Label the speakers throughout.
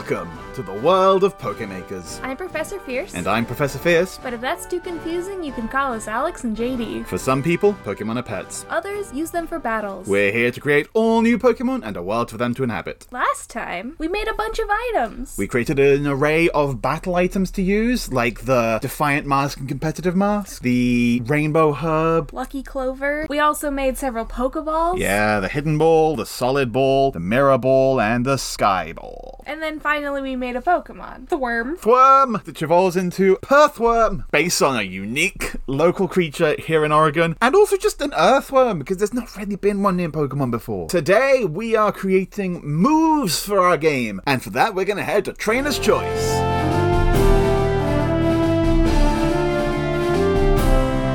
Speaker 1: to the world of Pokemakers.
Speaker 2: I'm Professor Fierce.
Speaker 1: And I'm Professor Fierce.
Speaker 2: But if that's too confusing, you can call us Alex and JD.
Speaker 1: For some people, Pokemon are pets.
Speaker 2: Others use them for battles.
Speaker 1: We're here to create all new Pokemon and a world for them to inhabit.
Speaker 2: Last time, we made a bunch of items.
Speaker 1: We created an array of battle items to use, like the Defiant Mask and Competitive Mask, the Rainbow Herb,
Speaker 2: Lucky Clover. We also made several Pokeballs.
Speaker 1: yeah, the Hidden Ball, the Solid Ball, the Mirror Ball, and the Sky Ball.
Speaker 2: And then finally, we made a Pokemon. The worm.
Speaker 1: Thwurm, which evolves into Perthworm, based on a unique local creature here in Oregon, and also just an Earthworm, because there's not really been one in Pokemon before. Today, we are creating moves for our game, and for that, we're going to head to Trainer's Choice.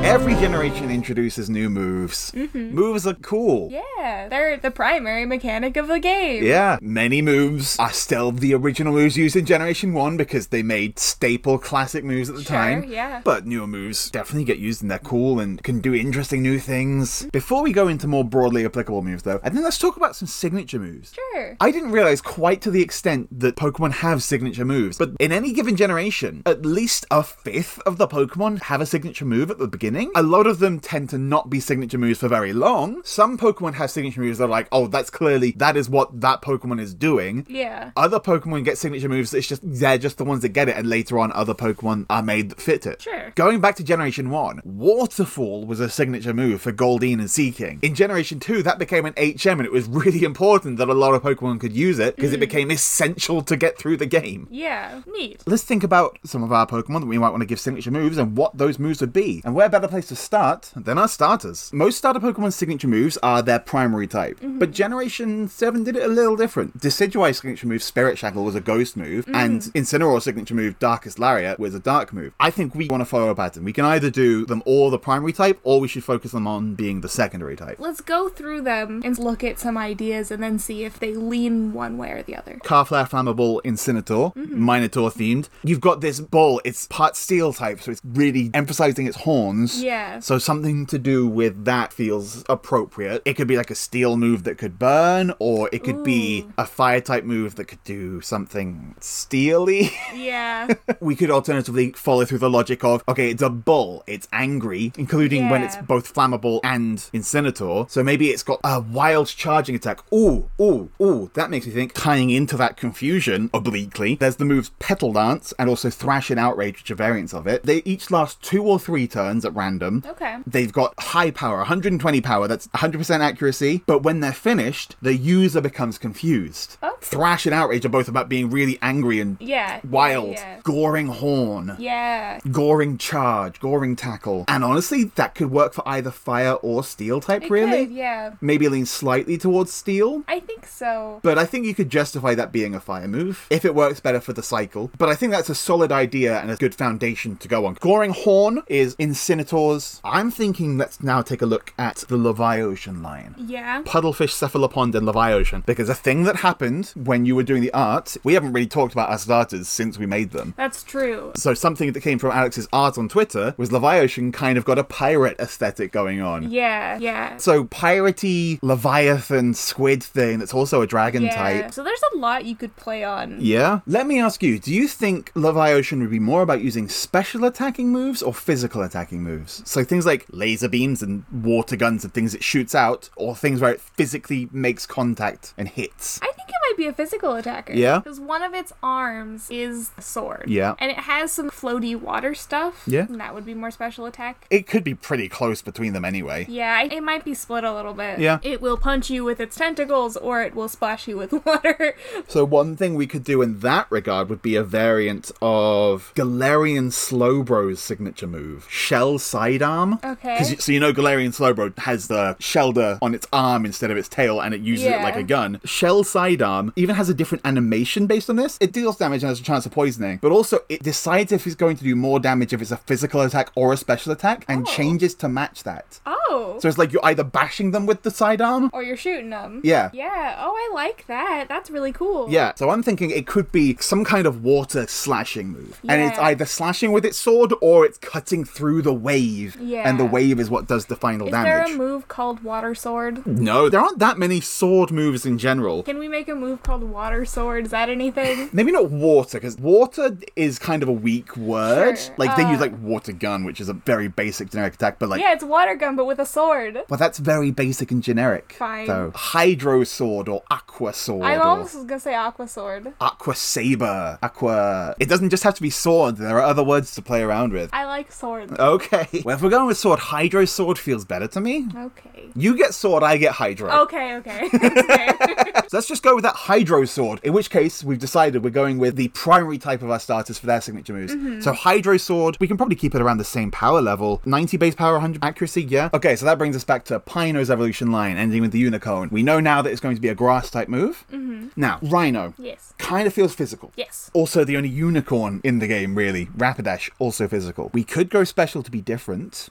Speaker 1: Every generation introduces new moves. Moves are cool.
Speaker 2: Yeah, they're the primary mechanic of the game.
Speaker 1: Yeah, many moves are still the original moves used in Generation 1 because they made staple classic moves at the
Speaker 2: Sure,
Speaker 1: time.
Speaker 2: yeah.
Speaker 1: But newer moves definitely get used and they're cool and can do interesting new things. Before we go into more broadly applicable moves, though, I think let's talk about some signature moves.
Speaker 2: Sure.
Speaker 1: I didn't realize quite to the extent that Pokemon have signature moves, but in any given generation, at least a fifth of the Pokemon have a signature move at the beginning. A lot of them tend to not be signature moves for very long. Some Pokemon have signature moves that are like, oh, that's clearly, that is what that Pokemon is doing.
Speaker 2: Yeah.
Speaker 1: Other Pokemon get signature moves. It's just they're just the ones that get it, and later on, other Pokemon are made that fit it.
Speaker 2: Sure.
Speaker 1: Going back to Generation One, Waterfall was a signature move for Goldeen and Seeking. In Generation Two, that became an HM, and it was really important that a lot of Pokemon could use it because it
Speaker 2: Mm.
Speaker 1: became essential to get through the game.
Speaker 2: Yeah. Neat.
Speaker 1: Let's think about some of our Pokemon that we might want to give signature moves and what those moves would be. And where better place to start than our starters? Most starter Pokemon's signature moves are their primary type, but Generation 7 did it a little different. Decidueye's signature move, Spirit Shackle, was a ghost move, and Incineroar's signature move, Darkest Lariat, was a dark move. I think we want to follow a pattern. We can either do them all the primary type, or we should focus them on being the secondary type.
Speaker 2: Let's go through them and look at some ideas and then see if they lean one way or the other.
Speaker 1: Carflare Flammable Incinerator, Minotaur themed. You've got this ball, it's part steel type, so it's really emphasizing its horns.
Speaker 2: Yeah.
Speaker 1: So something to do with that feels appropriate. It could be like a steel move that could burn, or it could be a fire type move that could do something steely.
Speaker 2: Yeah.
Speaker 1: we could alternatively follow through the logic of okay, it's a bull, it's angry, including when it's
Speaker 2: Yeah.
Speaker 1: both flammable and incinerator. So maybe it's got a wild charging attack. Ooh, ooh, ooh. That makes me think, tying into that confusion obliquely, there's the moves Petal Dance and also Thrash and Outrage, which are variants of it. They each last two or three turns at random.
Speaker 2: Okay.
Speaker 1: They've got high power, 120 power, that's 100% accuracy, but when they're finished, the user becomes confused.
Speaker 2: Oh.
Speaker 1: Thrash and Outrage are both about being really angry and
Speaker 2: Yeah.
Speaker 1: wild,
Speaker 2: Yeah.
Speaker 1: goring horn,
Speaker 2: Yeah.
Speaker 1: goring charge, goring tackle. And honestly, that could work for either fire or steel type,
Speaker 2: It
Speaker 1: really.
Speaker 2: could, yeah.
Speaker 1: Maybe lean slightly towards steel.
Speaker 2: I think so.
Speaker 1: But I think you could justify that being a fire move if it works better for the cycle. But I think that's a solid idea and a good foundation to go on. Goring Horn is Incineroar's. I'm thinking let's now take a look at the Levioshan line.
Speaker 2: Yeah.
Speaker 1: Puddlefish, Cephalopond, and Levioshan. Because a thing that happened when you were doing the art, we haven't really talked about our starters since we made them.
Speaker 2: That's true.
Speaker 1: So something that came from Alex's art on Twitter was Levioshan kind of got a pirate aesthetic going on.
Speaker 2: Yeah. Yeah.
Speaker 1: So piratey Leviathan squid thing that's also a dragon
Speaker 2: Yeah.
Speaker 1: type.
Speaker 2: So there's a lot you could play on.
Speaker 1: Yeah. Let me ask you, do you think Levioshan would be more about using special attacking moves or physical attacking moves? So things like laser beams and water guns and things it shoots out, or things where it physically makes contact and hits?
Speaker 2: I think it might be a physical attacker.
Speaker 1: Yeah?
Speaker 2: Because one of its arms is a sword.
Speaker 1: Yeah.
Speaker 2: And it has some floaty water stuff.
Speaker 1: Yeah.
Speaker 2: And that would be more special attack.
Speaker 1: It could be pretty close between them anyway.
Speaker 2: Yeah, I- it might be split a little bit.
Speaker 1: Yeah.
Speaker 2: It will punch you with its tentacles or it will splash you with water.
Speaker 1: So one thing we could do in that regard would be a variant of Galarian Slowbro's signature move, Shell Sidearm. 'Cause
Speaker 2: Okay.
Speaker 1: you- so you know Galarian Slowbro has the shelter on its arm instead of its tail, and it uses it
Speaker 2: Yeah.
Speaker 1: like a gun. Shell Sidearm even has a different animation based on this. It deals damage and has a chance of poisoning, but also it decides if it's going to do more damage if it's a physical attack or a special attack, and
Speaker 2: Oh.
Speaker 1: changes to match that.
Speaker 2: Oh.
Speaker 1: So it's like you're either bashing them with the sidearm
Speaker 2: or you're shooting them.
Speaker 1: Yeah.
Speaker 2: Yeah. Oh, I like that. That's really cool.
Speaker 1: Yeah, so I'm thinking it could be some kind of water slashing move. And it's
Speaker 2: Yeah.
Speaker 1: either slashing with its sword or it's cutting through the wave.
Speaker 2: Yeah.
Speaker 1: And the wave is what does the final
Speaker 2: Is there
Speaker 1: damage.
Speaker 2: a move called water sword?
Speaker 1: no, there aren't that many sword moves in general.
Speaker 2: Can we make a move move called Water Sword? Is that anything?
Speaker 1: Maybe not water, because water is kind of a weak word.
Speaker 2: Sure,
Speaker 1: Like, they
Speaker 2: uh,
Speaker 1: use, like, water gun, which is a very basic generic attack, but, like,
Speaker 2: yeah, it's water gun, but with a sword.
Speaker 1: Well, that's very basic and generic.
Speaker 2: Fine.
Speaker 1: Though. Hydro sword or aqua sword
Speaker 2: I
Speaker 1: or
Speaker 2: almost was gonna say Aqua Sword.
Speaker 1: aqua saber. Aqua. It doesn't just have to be sword. There are other words to play around with.
Speaker 2: I like swords.
Speaker 1: Uh. Okay. Well, if we're going with sword, hydro sword feels better to me.
Speaker 2: Okay.
Speaker 1: You get sword, I get hydro.
Speaker 2: Okay, okay. okay.
Speaker 1: So let's just go with that hydro sword. In which case, we've decided we're going with the primary type of our starters for their signature moves. So hydro sword, we can probably keep it around the same power level, 90 base power, 100 accuracy. Yeah. Okay, so that brings us back to Pino's evolution line, ending with the unicorn. We know now that it's going to be a grass type move. Now, Rhino.
Speaker 2: Yes.
Speaker 1: Kind of feels physical.
Speaker 2: Yes.
Speaker 1: Also, the only unicorn in the game, really. Rapidash, also physical. We could go special to be different.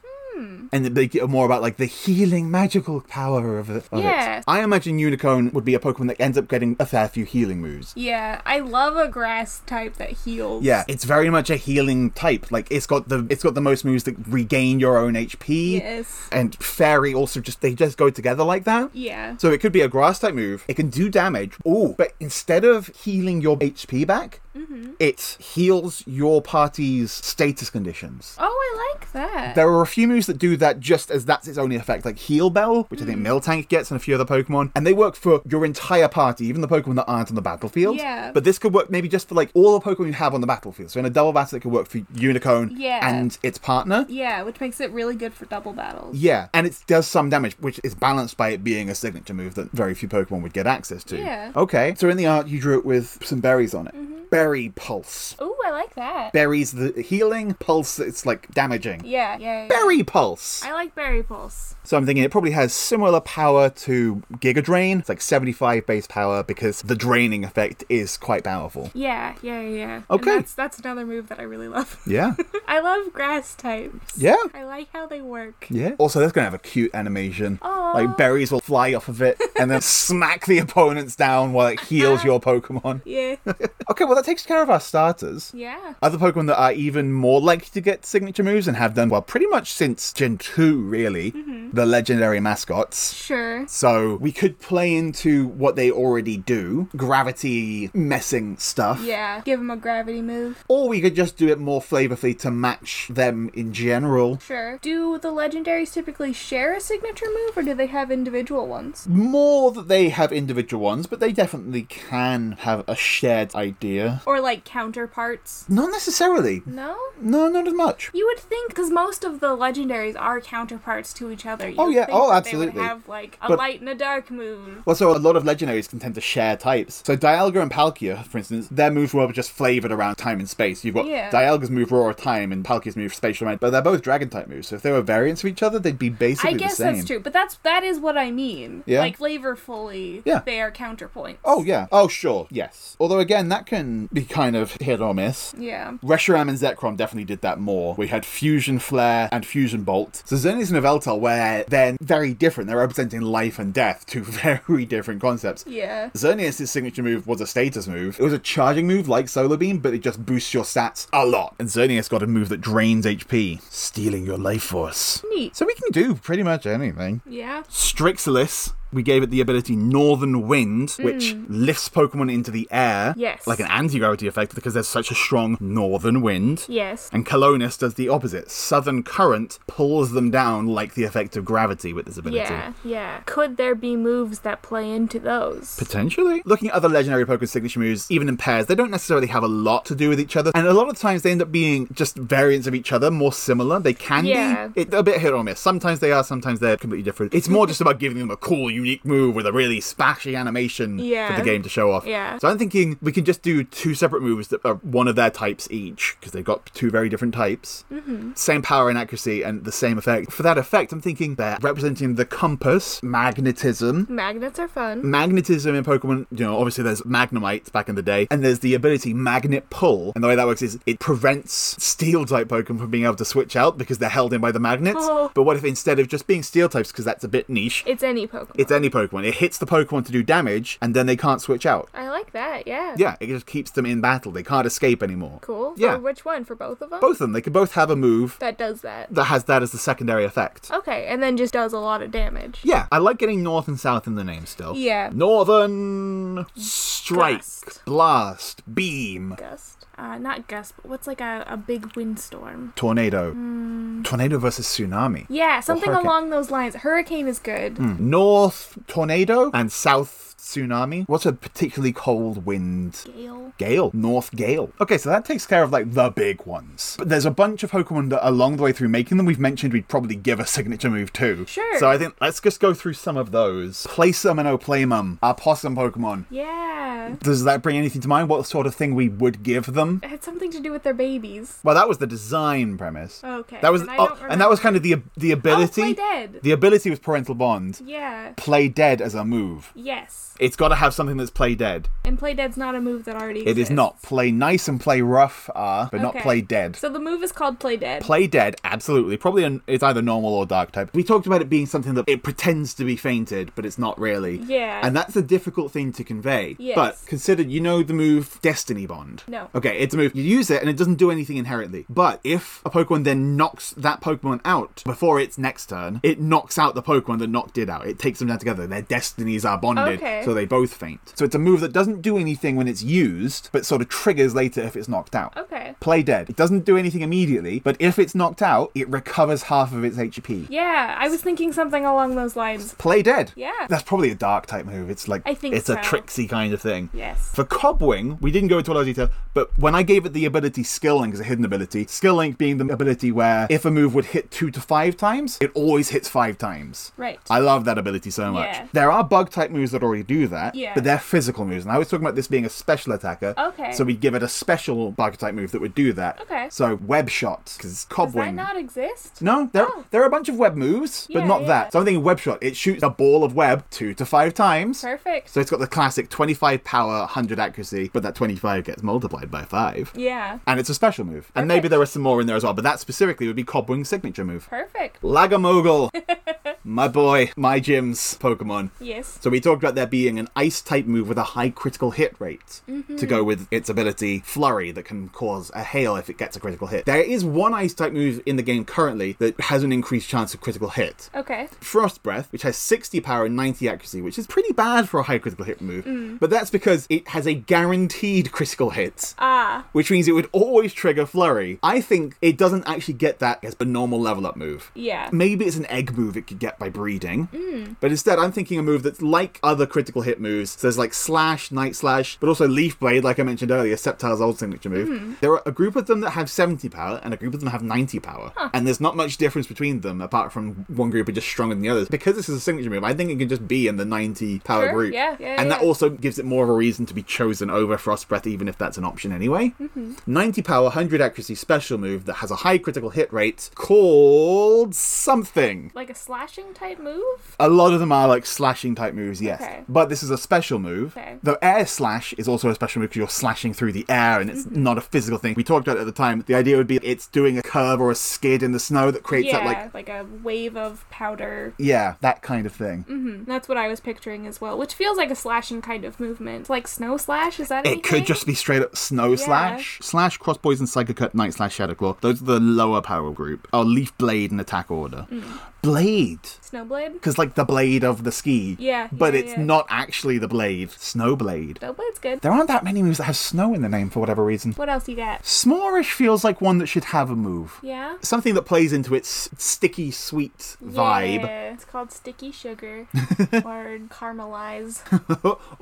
Speaker 1: And they get more about like the healing magical power of, it- of
Speaker 2: Yeah.
Speaker 1: it. I imagine Unicorn would be a Pokemon that ends up getting a fair few healing moves.
Speaker 2: Yeah, I love a grass type that heals.
Speaker 1: Yeah, it's very much a healing type. Like it's got the it's got the most moves that regain your own HP.
Speaker 2: Yes.
Speaker 1: And Fairy also just they just go together like that.
Speaker 2: Yeah.
Speaker 1: So it could be a grass type move. It can do damage. Ooh, but instead of healing your HP back,
Speaker 2: Mm-hmm.
Speaker 1: it heals your party's status conditions.
Speaker 2: Oh, I like that.
Speaker 1: There are a few moves that do that just as that's its only effect, like Heal Bell, which
Speaker 2: Mm.
Speaker 1: I think Miltank gets and a few other Pokemon, and they work for your entire party, even the Pokemon that aren't on the battlefield.
Speaker 2: Yeah.
Speaker 1: But this could work maybe just for like all the Pokemon you have on the battlefield. So in a double battle, it could work for Unicorn
Speaker 2: Yeah.
Speaker 1: and its partner.
Speaker 2: yeah, which makes it really good for double battles.
Speaker 1: Yeah, and it does some damage, which is balanced by it being a signature move that very few Pokemon would get access to.
Speaker 2: Yeah. Mm-hmm.
Speaker 1: Okay, so in the art, you drew it with some berries on it. Berry Pulse.
Speaker 2: Ooh, I like that.
Speaker 1: Berries the healing, pulse it's like damaging.
Speaker 2: yeah, yeah, yeah.
Speaker 1: Berry Pulse!
Speaker 2: I like Berry Pulse.
Speaker 1: So I'm thinking it probably has similar power to Giga Drain. It's like 75 base power because the draining effect is quite powerful.
Speaker 2: Yeah, yeah, yeah. And
Speaker 1: Okay.
Speaker 2: that's that's another move that I really love.
Speaker 1: Yeah.
Speaker 2: I love grass types.
Speaker 1: Yeah.
Speaker 2: I like how they work.
Speaker 1: Yeah. Also, that's going to have a cute animation.
Speaker 2: Aw.
Speaker 1: Like berries will fly off of it and then smack the opponents down while it heals
Speaker 2: Uh-huh.
Speaker 1: your Pokemon.
Speaker 2: Yeah.
Speaker 1: Okay, well that takes care of our starters.
Speaker 2: Yeah.
Speaker 1: Other Pokemon that are even more likely to get signature moves and have done well pretty much since Gen 2, really, the legendary mascots.
Speaker 2: Sure.
Speaker 1: So we could play into what they already do gravity messing stuff.
Speaker 2: Yeah. Give him a gravity move.
Speaker 1: Or we could just do it more flavorfully to match them in general.
Speaker 2: Sure. Do the legendaries typically share a signature move or do they have individual ones?
Speaker 1: More that they have individual ones, but they definitely can have a shared idea.
Speaker 2: Or like counterparts?
Speaker 1: Not necessarily.
Speaker 2: No?
Speaker 1: No, not as much.
Speaker 2: You would think, because most of the legendaries are counterparts to each other. You
Speaker 1: Oh,
Speaker 2: would
Speaker 1: yeah.
Speaker 2: think
Speaker 1: Oh,
Speaker 2: that They
Speaker 1: absolutely.
Speaker 2: would have like a
Speaker 1: But-
Speaker 2: light and a dark move.
Speaker 1: Also, a lot of legendaries can tend to share types. So Dialga and Palkia, for instance, their moves were just flavored around time and space. You've got
Speaker 2: Yeah.
Speaker 1: Dialga's move Roar of Time and Palkia's move Spatial Mind, but they're both dragon type moves. So if they were variants of each other, they'd be basically
Speaker 2: I guess
Speaker 1: the same.
Speaker 2: that's true, but that's that is what I mean.
Speaker 1: Yeah.
Speaker 2: Like flavorfully,
Speaker 1: Yeah.
Speaker 2: they are counterpoints.
Speaker 1: Oh yeah. Oh sure. Yes. Although again, that can be kind of hit or miss.
Speaker 2: yeah.
Speaker 1: Reshiram and Zekrom definitely did that more. We had Fusion Flare and Fusion Bolt. So Xerneas and Veltal, where they're very different. They're representing life and death, two very different concepts.
Speaker 2: Yeah.
Speaker 1: Xerneas' signature move was a status move. It was a charging move like Solar Beam, but it just boosts your stats a lot. And Xerneas got a move that drains HP, stealing your life force.
Speaker 2: Neat.
Speaker 1: So we can do pretty much anything.
Speaker 2: Yeah.
Speaker 1: Strixilus, we gave it the ability Northern Wind, which lifts Pokemon into the air.
Speaker 2: Hmm. Yes.
Speaker 1: Like an anti gravity effect because there's such a strong northern wind.
Speaker 2: Yes.
Speaker 1: And Colonus does the opposite. Southern current pulls them down like the effect of gravity with this ability.
Speaker 2: Yeah. Yeah. Could there be moves that play into those?
Speaker 1: Potentially. Looking at other legendary Pokemon signature moves, even in pairs, they don't necessarily have a lot to do with each other. And a lot of times they end up being just variants of each other, more similar. They can
Speaker 2: Yeah.
Speaker 1: be. It, a bit hit or miss. Sometimes they are, sometimes they're completely different. It's more just about giving them a cool, unique move with a really splashy animation
Speaker 2: Yeah.
Speaker 1: for the game to show off.
Speaker 2: Yeah.
Speaker 1: So I'm thinking we can just do two separate moves that are one of their types each, because they've got two very different types. Mm-hmm. Same power and accuracy and the same effect. For that effect, I'm thinking they're representing the compass, magnetism,
Speaker 2: Magnets are fun.
Speaker 1: magnetism in Pokemon, you know, obviously there's Magnemite back in the day, and there's the ability Magnet Pull. And the way that works is it prevents steel type Pokemon from being able to switch out because they're held in by the magnets.
Speaker 2: Oh.
Speaker 1: But what if instead of just being steel types, because that's a bit niche,
Speaker 2: It's any Pokemon.
Speaker 1: It's any Pokemon. It hits the Pokemon to do damage, and then they can't switch out.
Speaker 2: I like that. Yeah.
Speaker 1: Yeah, it just keeps them in battle. They can't escape anymore.
Speaker 2: Cool. For
Speaker 1: Yeah.
Speaker 2: which one? For both of them?
Speaker 1: Both of them. They could both have a move
Speaker 2: That does that.
Speaker 1: that has that as the secondary effect.
Speaker 2: Okay, and then just does a lot of damage.
Speaker 1: Yeah, I like getting North and South in the name still.
Speaker 2: Yeah.
Speaker 1: Northern Strike,
Speaker 2: Gust.
Speaker 1: Blast, Beam,
Speaker 2: Gust. Uh, not gust, but what's like a, a big windstorm?
Speaker 1: Tornado.
Speaker 2: Hmm.
Speaker 1: Tornado versus Tsunami.
Speaker 2: Yeah, something
Speaker 1: hurricane. Hmm.
Speaker 2: along those lines. Hurricane is good.
Speaker 1: North Tornado and South Tsunami. What's a particularly cold wind?
Speaker 2: Gale.
Speaker 1: Gale, North Gale. Okay, so that takes care of like the big ones. But there's a bunch of Pokemon that along the way through making them, we've mentioned we'd probably give a signature move to.
Speaker 2: Sure.
Speaker 1: So I think let's just go through some of those. Playsum and Oplamum are possum Pokemon.
Speaker 2: Yeah.
Speaker 1: Does that bring anything to mind? What sort of thing we would give them?
Speaker 2: It had something to do with their babies.
Speaker 1: Well, that was the design premise.
Speaker 2: Okay,
Speaker 1: That was,
Speaker 2: and I
Speaker 1: oh,
Speaker 2: don't Oh,
Speaker 1: and that was kind of the the ability.
Speaker 2: play dead.
Speaker 1: The ability was parental bond.
Speaker 2: Yeah.
Speaker 1: Play dead as a move.
Speaker 2: Yes.
Speaker 1: It's got to have something that's play dead.
Speaker 2: And play dead's not a move that already
Speaker 1: It
Speaker 2: exists.
Speaker 1: is not play nice and play rough are, but not
Speaker 2: Okay.
Speaker 1: play dead.
Speaker 2: So the move is called play dead.
Speaker 1: Play dead, absolutely. Probably an, it's either normal or dark type. We talked about it being something that it pretends to be fainted, but it's not really.
Speaker 2: Yeah.
Speaker 1: And that's a difficult thing to convey.
Speaker 2: Yes.
Speaker 1: But consider, you know the move Destiny Bond.
Speaker 2: No.
Speaker 1: Okay, it's a move. You use it and it doesn't do anything inherently. But if a Pokemon then knocks that Pokemon out before its next turn, it knocks out the Pokemon that knocked it out. It takes them down together. Their destinies are bonded,
Speaker 2: Okay.
Speaker 1: so they both faint. So it's a move that doesn't do anything when it's used, but sort of triggers later if it's knocked out
Speaker 2: okay.
Speaker 1: play dead. It doesn't do anything immediately, but if it's knocked out, it recovers half of its HP.
Speaker 2: Yeah, I was thinking something along those lines.
Speaker 1: Play dead.
Speaker 2: Yeah.
Speaker 1: That's probably a dark type move. It's like
Speaker 2: I think
Speaker 1: it's a
Speaker 2: so.
Speaker 1: tricksy kind of thing.
Speaker 2: Yes.
Speaker 1: For Cobwing, we didn't go into a lot of detail, but when I gave it the ability Skill Link as a hidden ability, Skill Link being the ability where if a move would hit two to five times, it always hits five times.
Speaker 2: Right.
Speaker 1: I love that ability so much.
Speaker 2: Yeah.
Speaker 1: There are bug type moves that already do that,
Speaker 2: Yeah.
Speaker 1: but they're physical moves. And I was talking about this being a special attacker.
Speaker 2: Okay.
Speaker 1: So we'd give it a special bug type move that would do that.
Speaker 2: Okay.
Speaker 1: So web shot, because it's
Speaker 2: Does that
Speaker 1: cobwing.
Speaker 2: not exist?
Speaker 1: No, there,
Speaker 2: Oh.
Speaker 1: there are a bunch of web moves, but
Speaker 2: Yeah,
Speaker 1: not
Speaker 2: yeah.
Speaker 1: that. So I'm thinking web shot. It shoots a ball of web two to five times.
Speaker 2: Perfect.
Speaker 1: So it's got the classic 25 power, 100 accuracy, but that 25 gets multiplied by 5.
Speaker 2: yeah.
Speaker 1: And it's a special move. And maybe
Speaker 2: Perfect.
Speaker 1: there are some more in there as well, but that specifically would be Cobwing's signature move.
Speaker 2: Perfect.
Speaker 1: Lagamogle! my boy, my gym's Pokemon.
Speaker 2: Yes.
Speaker 1: So we talked about there being an ice type move with a high critical hit rate to go with its ability flurry that can cause a hail if it gets a critical hit. There is one ice type move in the game currently that has an increased chance of critical hit.
Speaker 2: Okay.
Speaker 1: Frost Breath, which has 60 power and 90 accuracy, which is pretty bad for a high critical hit move. But that's because it has a guaranteed critical hit,
Speaker 2: Ah.
Speaker 1: which means it would always trigger Flurry. I think it doesn't actually get that as a normal level up move.
Speaker 2: Yeah.
Speaker 1: Maybe it's an egg move it could get by breeding. But instead, I'm thinking a move that's like other critical hit moves. So there's like Slash, Night Slash, but also Leaf Blade, like I mentioned earlier, Sceptile's old signature move. There are a group of them that have 70 power and a group of them have 90 power. And there's not much difference between them apart from one group are just stronger than the others. Because this is a signature move, I think it can just be in the 90 power
Speaker 2: Sure,
Speaker 1: group.
Speaker 2: yeah, yeah,
Speaker 1: and that
Speaker 2: yeah.
Speaker 1: also gives it more of a reason to be chosen over Frost Breath, even if that's an option anyway.
Speaker 2: Mm-hmm.
Speaker 1: 90 power, 100 accuracy special move that has a high critical hit rate called something.
Speaker 2: Like a slashing type move?
Speaker 1: A lot of them are like slashing type moves, yes.
Speaker 2: Okay.
Speaker 1: But this is a special move.
Speaker 2: Okay.
Speaker 1: Though air slash is also a special move because you're slashing through the air and it's
Speaker 2: Mm-hmm.
Speaker 1: not a physical thing. We talked about it at the time. The idea would be it's doing a curve or a skid in the snow that creates
Speaker 2: yeah.
Speaker 1: that like
Speaker 2: Like, a wave of powder.
Speaker 1: yeah, that kind of thing.
Speaker 2: Hmm, That's what I was picturing as well, which feels like a slashing kind of movement. It's Like snow slash? Is that
Speaker 1: It could
Speaker 2: anything?
Speaker 1: just be straight up snow
Speaker 2: Yeah.
Speaker 1: slash, slash cross poison, psycho cut, night slash shadow claw. Those are the lower power group. Oh, leaf blade in attack order.
Speaker 2: Mm.
Speaker 1: Blade.
Speaker 2: Snowblade?
Speaker 1: because like the blade of the ski.
Speaker 2: Yeah,
Speaker 1: But
Speaker 2: yeah,
Speaker 1: it's
Speaker 2: yeah.
Speaker 1: not actually the blade. Snowblade.
Speaker 2: Snowblade's good.
Speaker 1: There aren't that many moves that have snow in the name for whatever reason.
Speaker 2: What else you got?
Speaker 1: S'moreish feels like one that should have a move.
Speaker 2: Yeah?
Speaker 1: Something that plays into its sticky sweet vibe.
Speaker 2: Yeah. It's called sticky sugar or caramelize.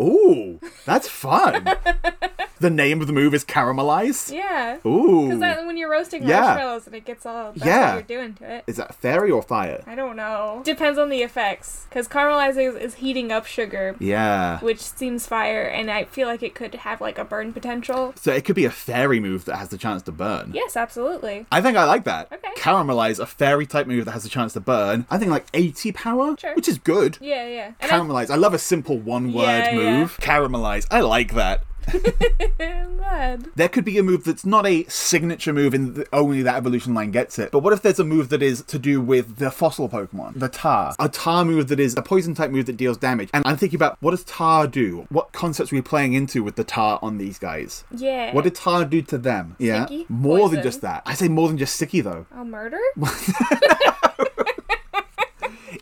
Speaker 1: Ooh, that's fun. the name of the move is caramelize.
Speaker 2: Yeah.
Speaker 1: Ooh.
Speaker 2: Because that when you're roasting
Speaker 1: Mm. Yeah.
Speaker 2: marshmallows and it gets all that's
Speaker 1: Yeah.
Speaker 2: what you're doing to it.
Speaker 1: Is that fairy or fire?
Speaker 2: I don't know. Depends on the effects. Because caramelizing is, is heating up sugar,
Speaker 1: Yeah.
Speaker 2: which seems fire, and I feel like it could have like a burn potential.
Speaker 1: So it could be a fairy move that has the chance to burn.
Speaker 2: Yes, absolutely.
Speaker 1: I think I like that.
Speaker 2: Okay.
Speaker 1: Caramelize, a fairy type move that has a chance to burn. I think like 80 power,
Speaker 2: Sure.
Speaker 1: which is good.
Speaker 2: Yeah, yeah. And I-
Speaker 1: Caramelize. I love a simple one word
Speaker 2: Yeah, yeah.
Speaker 1: move. Caramelize. I like that.
Speaker 2: I'm glad.
Speaker 1: There could be a move that's not a signature move and th- only that evolution line gets it. But what if there's a move that is to do with the fossil Pokemon? The Tar. A Tar move that is a poison type move that deals damage. And I'm thinking about what does Tar do? What concepts are we playing into with the Tar on these guys?
Speaker 2: Yeah.
Speaker 1: What did Tar do to them? Yeah.
Speaker 2: Sticky?
Speaker 1: More
Speaker 2: Poison.
Speaker 1: than just that. I say more than just sticky though.
Speaker 2: I'll murder?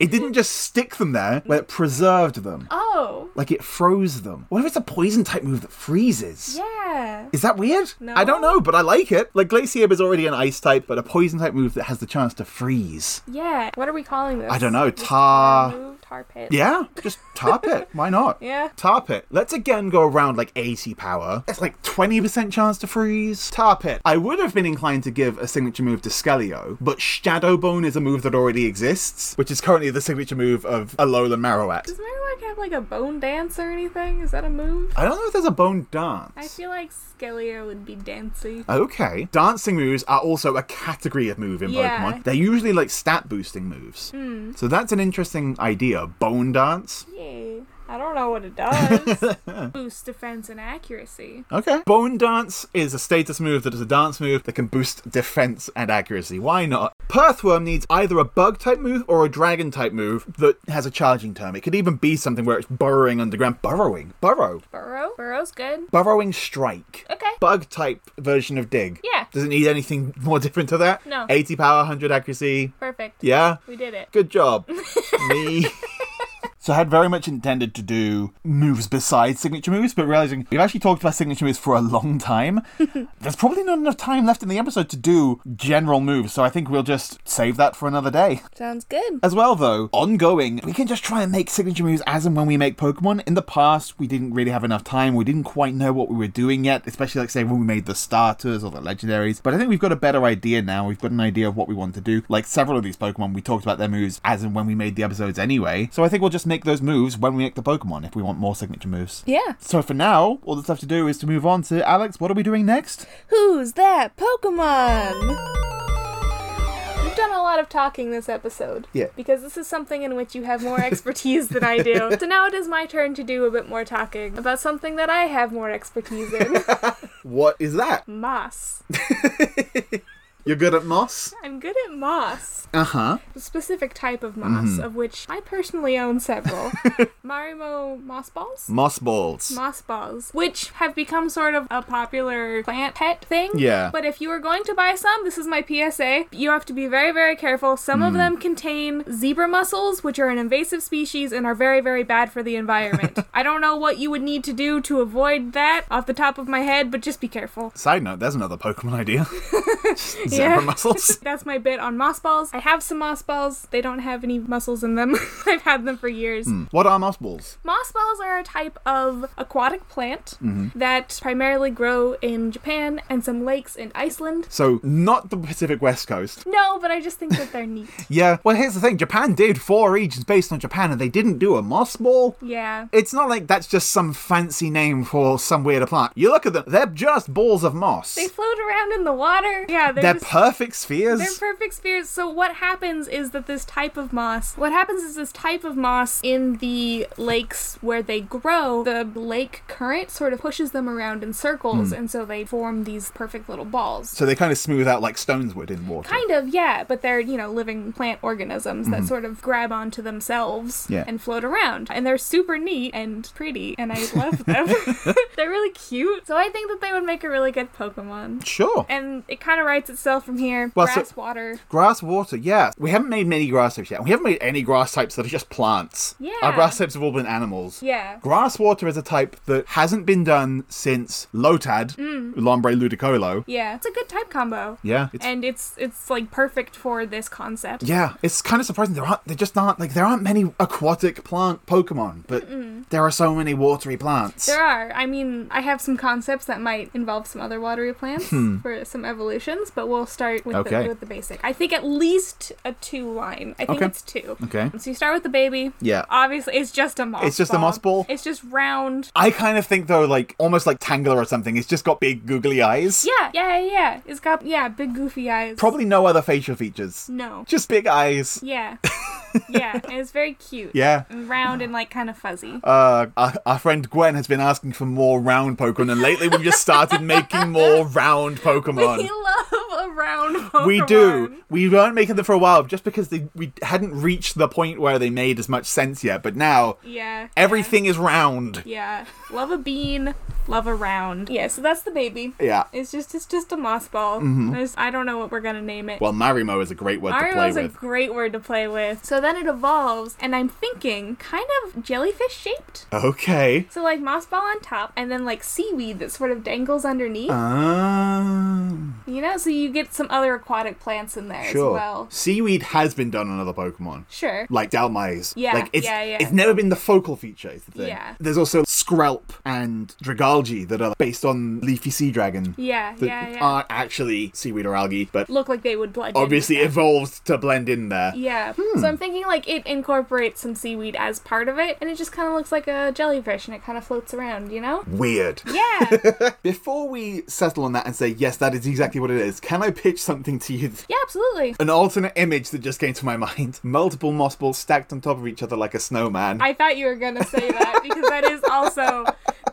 Speaker 1: It didn't just stick them there, but it preserved them.
Speaker 2: Oh.
Speaker 1: Like it froze them. What if it's a poison type move that freezes?
Speaker 2: Yeah.
Speaker 1: Is that weird?
Speaker 2: No.
Speaker 1: I don't know, but I like it. Like Glacier is already an ice type, but a poison type move that has the chance to freeze.
Speaker 2: Yeah. What are we calling this?
Speaker 1: I don't know.
Speaker 2: Just
Speaker 1: Tar-
Speaker 2: move? Tar pit.
Speaker 1: Yeah, just tarp it. Why not?
Speaker 2: Yeah.
Speaker 1: Tarp it. Let's again go around like 80 power. It's like 20% chance to freeze. Tarp it. I would have been inclined to give a signature move to Skelio, but Shadow Bone is a move that already exists, which is currently the signature move of Alola Marowak.
Speaker 2: Does Marowak have like a bone dance or anything? Is that a move?
Speaker 1: I don't know if there's a bone dance.
Speaker 2: I feel like Skellier would be dancing.
Speaker 1: Okay. Dancing moves are also a category of move in
Speaker 2: Yeah. Hmm.
Speaker 1: Pokemon. They're usually like stat boosting moves. So that's an interesting idea. Bone dance.
Speaker 2: Yeah. I don't know what it does. Boost defense and accuracy.
Speaker 1: Okay. Bone dance is a status move that is a dance move that can boost defense and accuracy. Why not? Perthworm needs either a bug type move or a dragon type move that has a charging term. It could even be something where it's burrowing underground. Burrowing. Burrow.
Speaker 2: Burrow? Burrow's good.
Speaker 1: Burrowing strike.
Speaker 2: Okay.
Speaker 1: Bug type version of dig.
Speaker 2: Yeah.
Speaker 1: Does it need anything more different to that?
Speaker 2: No.
Speaker 1: 80 power, 100 accuracy.
Speaker 2: Perfect.
Speaker 1: Yeah.
Speaker 2: We did it.
Speaker 1: Good job. Me. So I had very much intended to do moves besides signature moves, but realizing we've actually talked about signature moves for a long time. There's probably not enough time left in the episode to do general moves, so I think we'll just save that for another day.
Speaker 2: Sounds good.
Speaker 1: As well, though, ongoing, we can just try and make signature moves as and when we make Pokemon. In the past, we didn't really have enough time. We didn't quite know what we were doing yet, especially like say when we made the starters or the legendaries. But I think we've got a better idea now. We've got an idea of what we want to do. Like several of these Pokemon, we talked about their moves as and when we made the episodes anyway. So I think we'll just make those moves when we make the Pokemon if we want more signature moves.
Speaker 2: Yeah.
Speaker 1: So for now, all that's left to do is to move on to Alex. What are we doing next?
Speaker 2: Who's that Pokemon? We've done a lot of talking this episode.
Speaker 1: Yeah.
Speaker 2: Because this is something in which you have more expertise than I do. So now it is my turn to do a bit more talking about something that I have more expertise in
Speaker 1: What is that?
Speaker 2: moss.
Speaker 1: You're good at moss?
Speaker 2: I'm good at moss.
Speaker 1: Uh huh.
Speaker 2: A specific type of moss, of which I personally own several. Marimo moss balls?
Speaker 1: Moss balls.
Speaker 2: moss balls, which have become sort of a popular plant pet thing.
Speaker 1: Yeah.
Speaker 2: But if you are going to buy some, this is my PSA. You have to be very, very careful. Some of them contain zebra mussels, which are an invasive species and are very, very bad for the environment. I don't know what you would need to do to avoid that off the top of my head, but just be careful.
Speaker 1: Side note, there's another Pokemon idea. Zebra
Speaker 2: Yeah.
Speaker 1: mussels.
Speaker 2: That's my bit on moss balls. I have some moss balls. They don't have any muscles in them. I've had them for years.
Speaker 1: What are moss balls?
Speaker 2: Moss balls are a type of aquatic plant that primarily grow in Japan and some lakes in Iceland.
Speaker 1: So, not the Pacific West Coast.
Speaker 2: No, but I just think that they're neat.
Speaker 1: Yeah, well, here's the thing Japan did four regions based on Japan and they didn't do a moss ball.
Speaker 2: Yeah.
Speaker 1: It's not like that's just some fancy name for some weird plant. You look at them, they're just balls of moss.
Speaker 2: They float around in the water. Yeah, they're,
Speaker 1: They're
Speaker 2: just-
Speaker 1: perfect spheres.
Speaker 2: They're perfect spheres. So what happens is that this type of moss, what happens is this type of moss in the lakes where they grow, the lake current sort of pushes them around in circles, and so they form these perfect little balls.
Speaker 1: so they kind of smooth out like stones would in water.
Speaker 2: Kind of, yeah, but they're, you know, living plant organisms that sort of grab onto themselves
Speaker 1: Mm-hmm. Yeah.
Speaker 2: and float around. And they're super neat and pretty, and I love them. they're really cute. So I think that they would make a really good Pokemon.
Speaker 1: Sure.
Speaker 2: And it kind of writes itself from here.
Speaker 1: Well, so-
Speaker 2: Grass, water.
Speaker 1: Grass water, yeah. We haven't made many grass types yet. We haven't made any grass types that are just plants.
Speaker 2: Yeah.
Speaker 1: Our grass types have all been animals.
Speaker 2: Yeah.
Speaker 1: Grass water is a type that hasn't been done since Lotad, Lombre Ludicolo.
Speaker 2: Yeah. It's a good type combo.
Speaker 1: Yeah, it's
Speaker 2: Mm. And it's it's like perfect for this concept.
Speaker 1: yeah, it's kind of surprising. There aren't, there just aren't like there aren't many aquatic plant Pokemon, but there are so many watery plants.
Speaker 2: There are. I mean, I have some concepts that might involve some other watery plants for some evolutions, but we'll we'll start with,
Speaker 1: Hmm. Okay.
Speaker 2: the, with the basic. I think at least a two line. I think
Speaker 1: Okay.
Speaker 2: it's two.
Speaker 1: Okay.
Speaker 2: So you start with the baby.
Speaker 1: Yeah.
Speaker 2: Obviously, it's just a moss.
Speaker 1: It's just a
Speaker 2: ball.
Speaker 1: moss ball?
Speaker 2: It's just round.
Speaker 1: I kind of think though, like almost like Tangler or something. It's just got big googly eyes.
Speaker 2: Yeah, yeah, yeah, yeah. It's got yeah, big goofy eyes.
Speaker 1: Probably no other facial features.
Speaker 2: no.
Speaker 1: Just big eyes.
Speaker 2: Yeah, yeah. And it's very cute.
Speaker 1: Yeah.
Speaker 2: And round and like kind of fuzzy.
Speaker 1: Uh, our, our friend Gwen has been asking for more round Pokemon, and lately we've just started making more round
Speaker 2: We
Speaker 1: Pokemon.
Speaker 2: love a round Pokemon.
Speaker 1: We do. We weren't making them for a while just because they, we hadn't reached the point where they made as much sense yet, but now
Speaker 2: Yeah.
Speaker 1: everything is round.
Speaker 2: Yeah. yeah. Love a bean. Love a round. Yeah. So that's the baby.
Speaker 1: Yeah. Mm-hmm.
Speaker 2: It's just it's just a moss ball. There's- I don't know what we're gonna name it.
Speaker 1: Well, Marimo is a great word to
Speaker 2: Mario
Speaker 1: play
Speaker 2: is a
Speaker 1: with.
Speaker 2: great word to play with. So then it evolves, and I'm thinking kind of jellyfish shaped.
Speaker 1: Okay.
Speaker 2: So like moss ball on top, and then like seaweed that sort of dangles underneath.
Speaker 1: Um,
Speaker 2: You know, so you get some other aquatic plants in there
Speaker 1: sure.
Speaker 2: as well.
Speaker 1: Seaweed has been done on other Pokemon.
Speaker 2: Sure.
Speaker 1: like Dalmaise.
Speaker 2: Yeah,
Speaker 1: like it's
Speaker 2: yeah, yeah.
Speaker 1: it's never been the focal feature. Is the thing.
Speaker 2: Yeah.
Speaker 1: There's also Skrelp and Dragalge that are based on leafy sea dragon.
Speaker 2: Yeah,
Speaker 1: That
Speaker 2: yeah, yeah.
Speaker 1: aren't actually seaweed or algae, but
Speaker 2: Look like they would blend. in with
Speaker 1: obviously
Speaker 2: that.
Speaker 1: evolved to blend in there.
Speaker 2: Yeah. So I'm thinking like it incorporates some seaweed as part of it, and it just kind of looks like a jellyfish, and it kind of floats around. You know?
Speaker 1: Weird.
Speaker 2: Yeah.
Speaker 1: Before we settle on that and say yes, that is exactly what it is. Can I pitch something to you?
Speaker 2: yeah. Absolutely.
Speaker 1: An alternate image that just came to my mind: multiple moss balls stacked on top of each other like a snowman.
Speaker 2: I thought you were gonna say that because that is also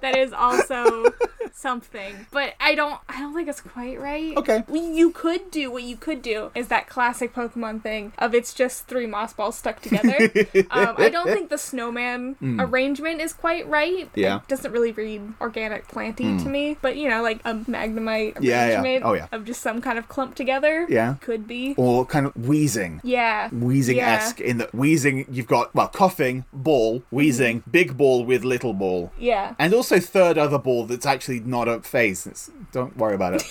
Speaker 2: that is also something. But I don't I don't think it's quite right.
Speaker 1: Okay.
Speaker 2: We- You could do what you could do is that classic Pokemon thing of it's just three moss balls stuck together. um, I don't think the snowman arrangement is quite right.
Speaker 1: Hmm. Yeah. Hmm.
Speaker 2: It doesn't really read organic planty to me. But you know, like a magnemite arrangement
Speaker 1: Yeah, yeah. Oh, yeah.
Speaker 2: of just some kind of clump together.
Speaker 1: Yeah.
Speaker 2: Could be.
Speaker 1: or kind of wheezing.
Speaker 2: yeah.
Speaker 1: wheezing
Speaker 2: Yeah.
Speaker 1: esque in that wheezing you've got well coughing ball wheezing big ball with little ball
Speaker 2: Yeah.
Speaker 1: and also third other ball that's actually not a phase it's, don't worry about it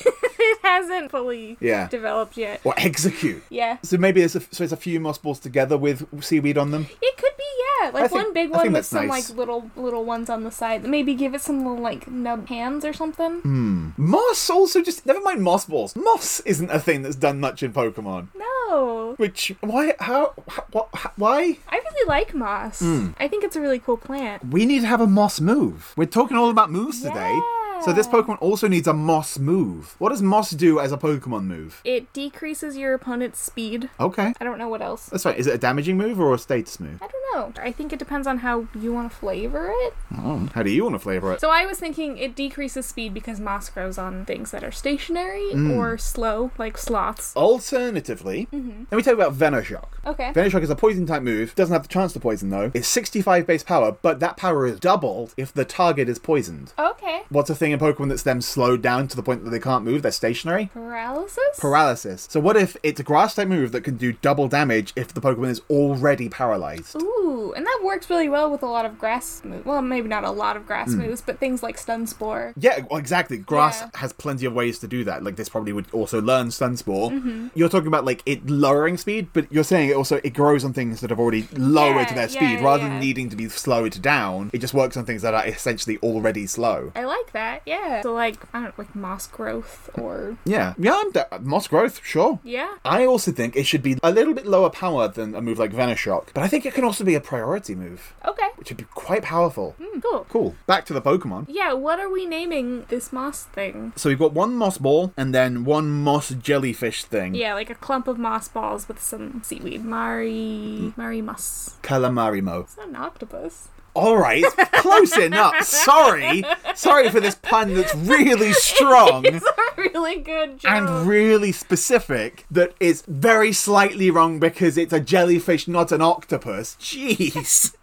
Speaker 2: it hasn't fully
Speaker 1: Yeah.
Speaker 2: developed yet.
Speaker 1: or execute
Speaker 2: Yeah.
Speaker 1: so maybe it's a, so it's a few moss balls together with seaweed on them
Speaker 2: It could be, yeah, like
Speaker 1: I think-
Speaker 2: one big
Speaker 1: I think
Speaker 2: one with
Speaker 1: that's
Speaker 2: some
Speaker 1: nice.
Speaker 2: like little little ones on the side. Maybe give it some little like nub hands or something.
Speaker 1: Hmm. moss also just never mind moss balls moss isn't a thing that's done much in pokemon
Speaker 2: No,
Speaker 1: which why how, how what how, why
Speaker 2: I really like moss.
Speaker 1: Hmm.
Speaker 2: I think it's a really cool plant.
Speaker 1: we need to have a moss move. We're talking all about moves today. So this
Speaker 2: Yeah.
Speaker 1: Pokemon also needs a moss move. What does moss do as a Pokemon move?
Speaker 2: It decreases your opponent's speed.
Speaker 1: Okay.
Speaker 2: I don't know what else.
Speaker 1: That's right. Is it a damaging move or a status move?
Speaker 2: I don't know. I think it depends on how you want to flavor it.
Speaker 1: Oh. How do you want to flavor it?
Speaker 2: So I was thinking it decreases speed because moss grows on things that are stationary
Speaker 1: Hmm.
Speaker 2: or slow, like sloths.
Speaker 1: Alternatively, let me tell you about Venoshock.
Speaker 2: Mm-hmm. Okay.
Speaker 1: Venoshock is a poison type move. Doesn't have the chance to poison though. It's 65 base power, but that power is doubled if the target is poisoned.
Speaker 2: Okay.
Speaker 1: What's a thing in Pokemon that's them slowed down to the point that they can't move? They're stationary.
Speaker 2: Paralysis.
Speaker 1: Paralysis. So what if it's a grass type move that can do double damage if the Pokemon is already paralyzed?
Speaker 2: Ooh, and that works really well with a lot of grass moves. Well, maybe not a lot of grass moves, but things like Stun Spore.
Speaker 1: Yeah, well, exactly. Grass
Speaker 2: Yeah.
Speaker 1: has plenty of ways to do that. Like this probably would also learn Stun Spore.
Speaker 2: Mm-hmm.
Speaker 1: You're talking about like it lowering speed, but you're saying it also it grows on things that have already lowered
Speaker 2: Yeah,
Speaker 1: their
Speaker 2: yeah,
Speaker 1: speed rather
Speaker 2: yeah.
Speaker 1: than needing to be slowed down. It just works on things that are essentially already slow.
Speaker 2: I like that, yeah. So, like, I don't like moss growth or.
Speaker 1: Yeah, yeah. I'm da- moss growth, sure.
Speaker 2: Yeah.
Speaker 1: I also think it should be a little bit lower power than a move like Venoshock, but I think it can also be a priority move,
Speaker 2: Okay.
Speaker 1: which would be quite powerful.
Speaker 2: Hmm, cool.
Speaker 1: Cool. Back to the Pokemon.
Speaker 2: Yeah, what are we naming this moss thing?
Speaker 1: So we've got one moss ball and then one moss jellyfish thing.
Speaker 2: Yeah, like a clump of moss balls with some seaweed. Mari. Mari moss.
Speaker 1: Calamarimo.
Speaker 2: It's not an octopus.
Speaker 1: All right, close enough. Sorry, sorry for this pun that's really strong
Speaker 2: It's a really good joke.
Speaker 1: and really specific. That is very slightly wrong because it's a jellyfish, not an octopus. Jeez.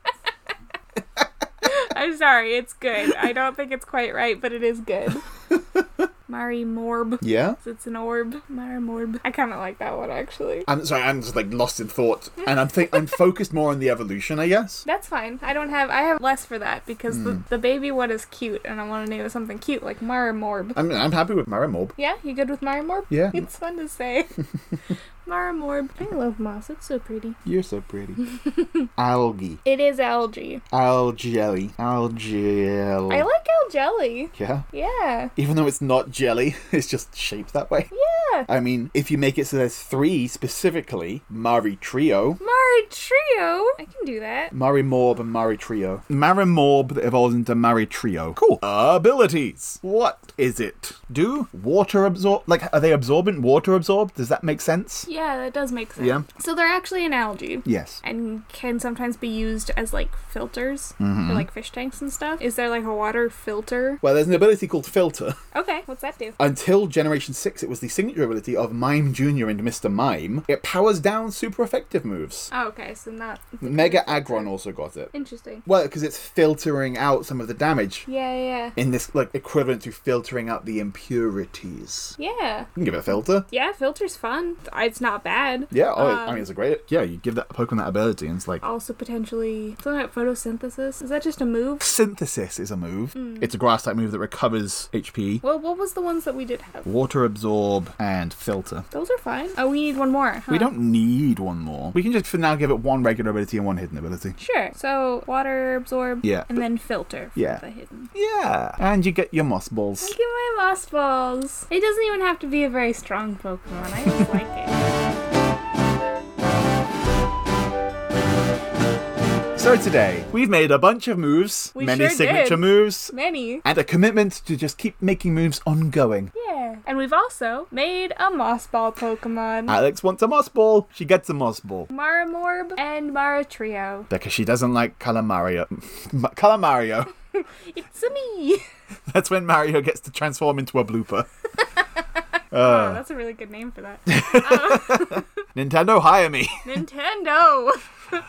Speaker 2: I'm sorry, it's good. I don't think it's quite right, but it is good. Mari morb.
Speaker 1: Yeah.
Speaker 2: It's an orb. Marimorb. I kind of like that one actually.
Speaker 1: I'm sorry. I'm just like lost in thought, and I'm think I'm focused more on the evolution, I guess.
Speaker 2: That's fine. I don't have. I have less for that because the, the baby one is cute, and I want to name it something cute like Marimorb.
Speaker 1: I mean, I'm happy with Marimorb.
Speaker 2: yeah, you good with Marimorb?
Speaker 1: Yeah.
Speaker 2: It's fun to say. Marmorb. I love moss. It's so pretty.
Speaker 1: You're so pretty. algae.
Speaker 2: It is algae.
Speaker 1: Algelly. Algel.
Speaker 2: I like algae jelly.
Speaker 1: yeah.
Speaker 2: Yeah.
Speaker 1: Even though it's not jelly, it's just shaped that way.
Speaker 2: Yeah.
Speaker 1: I mean, if you make it so there's three specifically, Mari Trio,
Speaker 2: Mari Trio. I can do that.
Speaker 1: Mari Morb, and Mari Trio. Mari Morb that evolves into Mari Trio. Cool. Abilities. What is it? Do water absorb? Like, are they absorbent? Water absorbed? Does that make sense?
Speaker 2: Yeah, that does make sense.
Speaker 1: Yeah.
Speaker 2: So they're actually an algae.
Speaker 1: Yes.
Speaker 2: And can sometimes be used as like filters for like fish tanks and stuff. Is there like a water filter?
Speaker 1: Well, there's an ability called Filter.
Speaker 2: Okay, what's that do?
Speaker 1: Until Generation 6, it was the signature ability of Mime Jr. and Mr. Mime. It powers down super effective moves.
Speaker 2: Oh, okay, so not
Speaker 1: Mega Agron also got it.
Speaker 2: interesting.
Speaker 1: Well, because it's filtering out some of the damage.
Speaker 2: Yeah, yeah,
Speaker 1: In this, like, equivalent to filtering out the impurities.
Speaker 2: yeah.
Speaker 1: You can give it a filter.
Speaker 2: Yeah, filter's fun. It's not bad.
Speaker 1: Yeah, oh, I
Speaker 2: Um,
Speaker 1: mean, it's a great. Yeah, you give that Pokemon that ability, and it's like.
Speaker 2: Also potentially something about photosynthesis. Is that just a move?
Speaker 1: Synthesis is a move. It's a grass type move that recovers HP.
Speaker 2: Well, what was the ones that we did have?
Speaker 1: Water absorb and filter.
Speaker 2: Those are fine. Oh, we need one more. huh?
Speaker 1: We don't need one more. We can just for now give it one regular ability and one hidden ability.
Speaker 2: Sure. So water absorb.
Speaker 1: Yeah.
Speaker 2: And then filter. for
Speaker 1: Yeah.
Speaker 2: The hidden.
Speaker 1: Yeah. And you get your moss balls.
Speaker 2: Look at my moss balls. It doesn't even have to be a very strong Pokemon. I just like it.
Speaker 1: So today, we've made a bunch of moves,
Speaker 2: We
Speaker 1: many
Speaker 2: sure
Speaker 1: signature
Speaker 2: did.
Speaker 1: moves,
Speaker 2: Many.
Speaker 1: and a commitment to just keep making moves ongoing.
Speaker 2: Yeah. And we've also made a moss ball Pokemon.
Speaker 1: Alex wants a moss ball, she gets a moss ball.
Speaker 2: Maramorb and Maratrio.
Speaker 1: Because she doesn't like Calamario. Ma- Calamario.
Speaker 2: It's a me.
Speaker 1: That's when Mario gets to transform into a blooper. Uh.
Speaker 2: Oh, that's a really good name for that.
Speaker 1: Nintendo, hire me.
Speaker 2: Nintendo.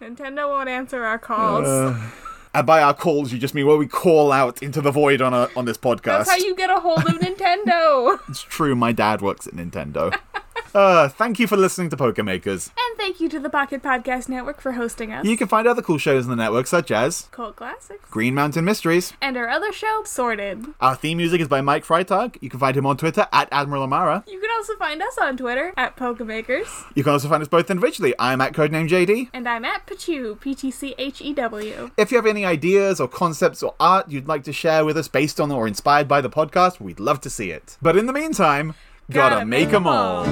Speaker 2: Nintendo won't answer our calls.
Speaker 1: Uh, and by our calls, you just mean where we call out into the void on a, on this podcast.
Speaker 2: that's how you get a hold of Nintendo.
Speaker 1: It's true, my dad works at Nintendo. uh, thank you for listening to Pokemakers.
Speaker 2: and thank you to the Pocket Podcast Network for hosting us.
Speaker 1: You can find other cool shows on the network, such as
Speaker 2: Cold Classics.
Speaker 1: Green Mountain Mysteries.
Speaker 2: And our other show, Sorted.
Speaker 1: Our theme music is by Mike Freitag. You can find him on Twitter at Admiral Amara.
Speaker 2: You can also find us on Twitter at Pokemakers.
Speaker 1: You can also find us both individually. I'm at Codename JD.
Speaker 2: And I'm at Pachew, P T C H E W.
Speaker 1: If you have any ideas or concepts or art you'd like to share with us based on or inspired by the podcast, we'd love to see it. But in the meantime, gotta, 'em make 'em all.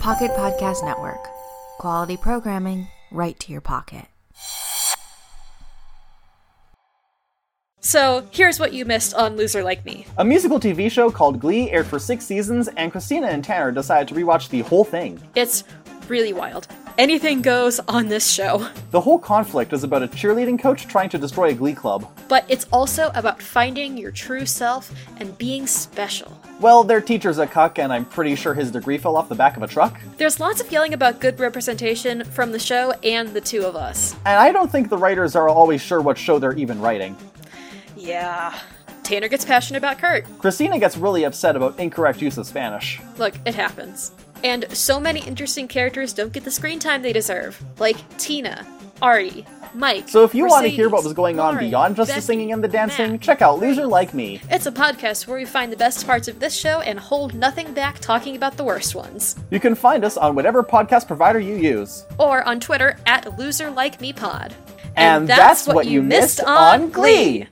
Speaker 3: Pocket Podcast Network. Quality programming right to your pocket.
Speaker 4: So here's what you missed on Loser Like Me.
Speaker 5: A musical TV show called Glee aired for six seasons, and Christina and Tanner decided to rewatch the whole thing.
Speaker 4: It's really wild. Anything goes on this show.
Speaker 5: The whole conflict is about a cheerleading coach trying to destroy a Glee club.
Speaker 4: But it's also about finding your true self and being special.
Speaker 5: Well, their teacher's a cuck, and I'm pretty sure his degree fell off the back of a truck.
Speaker 4: There's lots of yelling about good representation from the show and the two of us.
Speaker 5: And I don't think the writers are always sure what show they're even writing.
Speaker 4: Yeah. Tanner gets passionate about Kurt.
Speaker 5: Christina gets really upset about incorrect use of Spanish.
Speaker 4: Look, it happens. And so many interesting characters don't get the screen time they deserve, like Tina, Ari, Mike.
Speaker 5: So if you want to
Speaker 4: Mercedes,
Speaker 5: hear what was going on
Speaker 4: Lauren,
Speaker 5: beyond just the
Speaker 4: Becky,
Speaker 5: singing and the dancing,
Speaker 4: Matt.
Speaker 5: check out Leisure Like Me.
Speaker 4: It's a podcast where we find the best parts of this show and hold nothing back talking about the worst ones.
Speaker 5: You can find us on whatever podcast provider you use.
Speaker 4: Or on Twitter at LoserLikeMePod.
Speaker 5: And, that's, what, you missed on Glee.